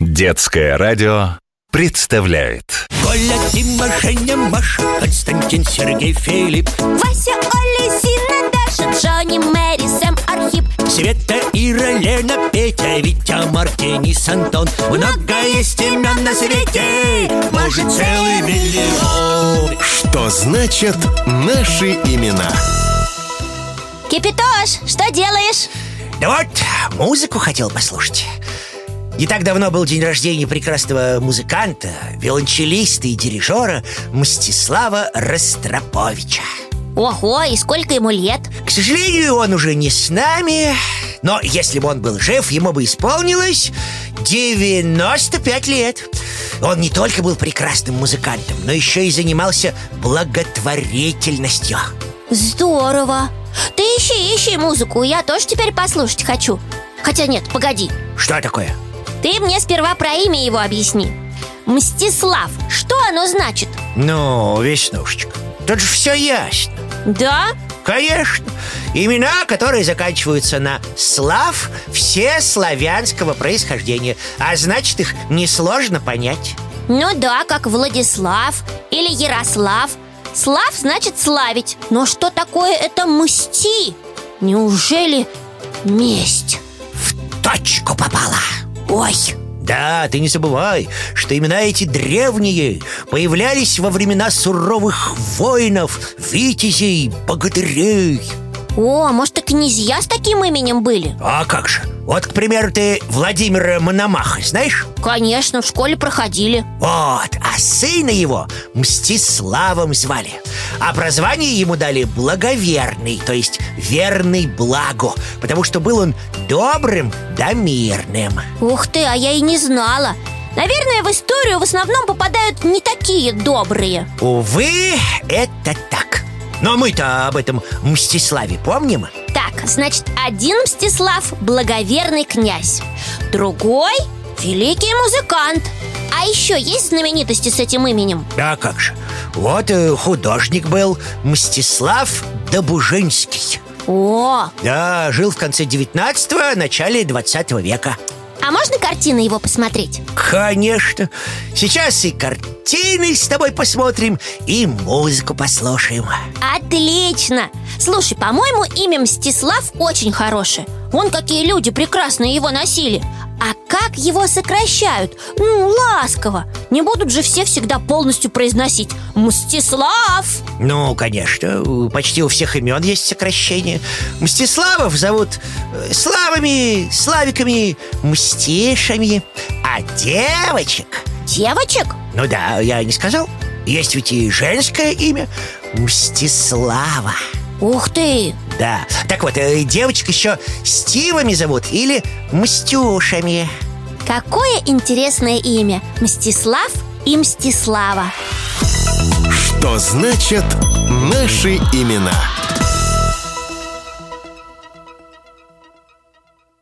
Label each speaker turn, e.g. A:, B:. A: Детское радио представляет
B: Коля, Дима, Женя, Маша, Константин, Сергей, Филипп,
C: Вася, Оля, Зина, Даша, Джонни, Мэри, Сэм, Архип
B: Света, Ира, Лена, Петя, Витя, Мартин, Денис, Антон. Много есть имен на свете, может целый миллион.
D: Что значит наши имена?
C: Кипитош, что делаешь?
E: Да вот, музыку хотел послушать. Не так давно был день рождения прекрасного музыканта, виолончелиста и дирижера Мстислава Ростроповича.
C: Ого, и сколько ему лет?
E: К сожалению, он уже не с нами, но если бы он был жив, ему бы исполнилось 95 лет. Он не только был прекрасным музыкантом, но еще и занимался благотворительностью.
C: Здорово Ты ищи, ищи музыку, я тоже теперь послушать хочу Хотя нет, погоди
E: Что такое?
C: Ты мне сперва про имя его объясни Мстислав, что оно значит?
E: Ну, Веснушечка, тут же все ясно.
C: Да?
E: Конечно. Имена, которые заканчиваются на «слав», все славянского происхождения, а значит, их несложно понять.
C: Ну да, как Владислав или Ярослав Слав значит славить Но что такое это мсти? Неужели месть?
E: В точку попала.
C: Ой,
E: Да, ты не забывай, что имена эти древние появлялись во времена суровых воинов, витязей, богатырей.
C: о, а может и князья с таким именем были?
E: А как же? Вот, к примеру, ты Владимира Мономаха знаешь?
C: Конечно, в школе проходили
E: Вот, а сына его Мстиславом звали А прозвание ему дали Благоверный, то есть верный благу Потому что был он добрым да мирным
C: Ух ты, а я и не знала Наверное, в историю в основном попадают не такие добрые
E: Увы, это так Но мы-то об этом Мстиславе помним?
C: Так, значит, один Мстислав – благоверный князь Другой – великий музыкант А еще есть знаменитости с этим именем?
E: Да как же Вот э, художник был Мстислав Добужинский
C: О,
E: Да, жил в конце 19-го, начале 20 века
C: а можно картины его посмотреть?
E: Конечно. Сейчас и картины с тобой посмотрим, и музыку послушаем.
C: Отлично! Слушай, по-моему, имя Мстислав очень хорошее Вон какие люди прекрасные его носили А как его сокращают? Ну, ласково Не будут же все всегда полностью произносить Мстислав!
E: Ну, конечно, у- почти у всех имен есть сокращение. Мстиславов зовут э, Славами, Славиками, Мстишами. А девочек...
C: Девочек?
E: Ну да, я не сказал. Есть ведь и женское имя. Мстислава.
C: Ух ты!
E: Да. Так вот, э, девочек еще Стивами зовут или Мстюшами.
C: Какое интересное имя Мстислав и Мстислава
D: Что значит наши имена?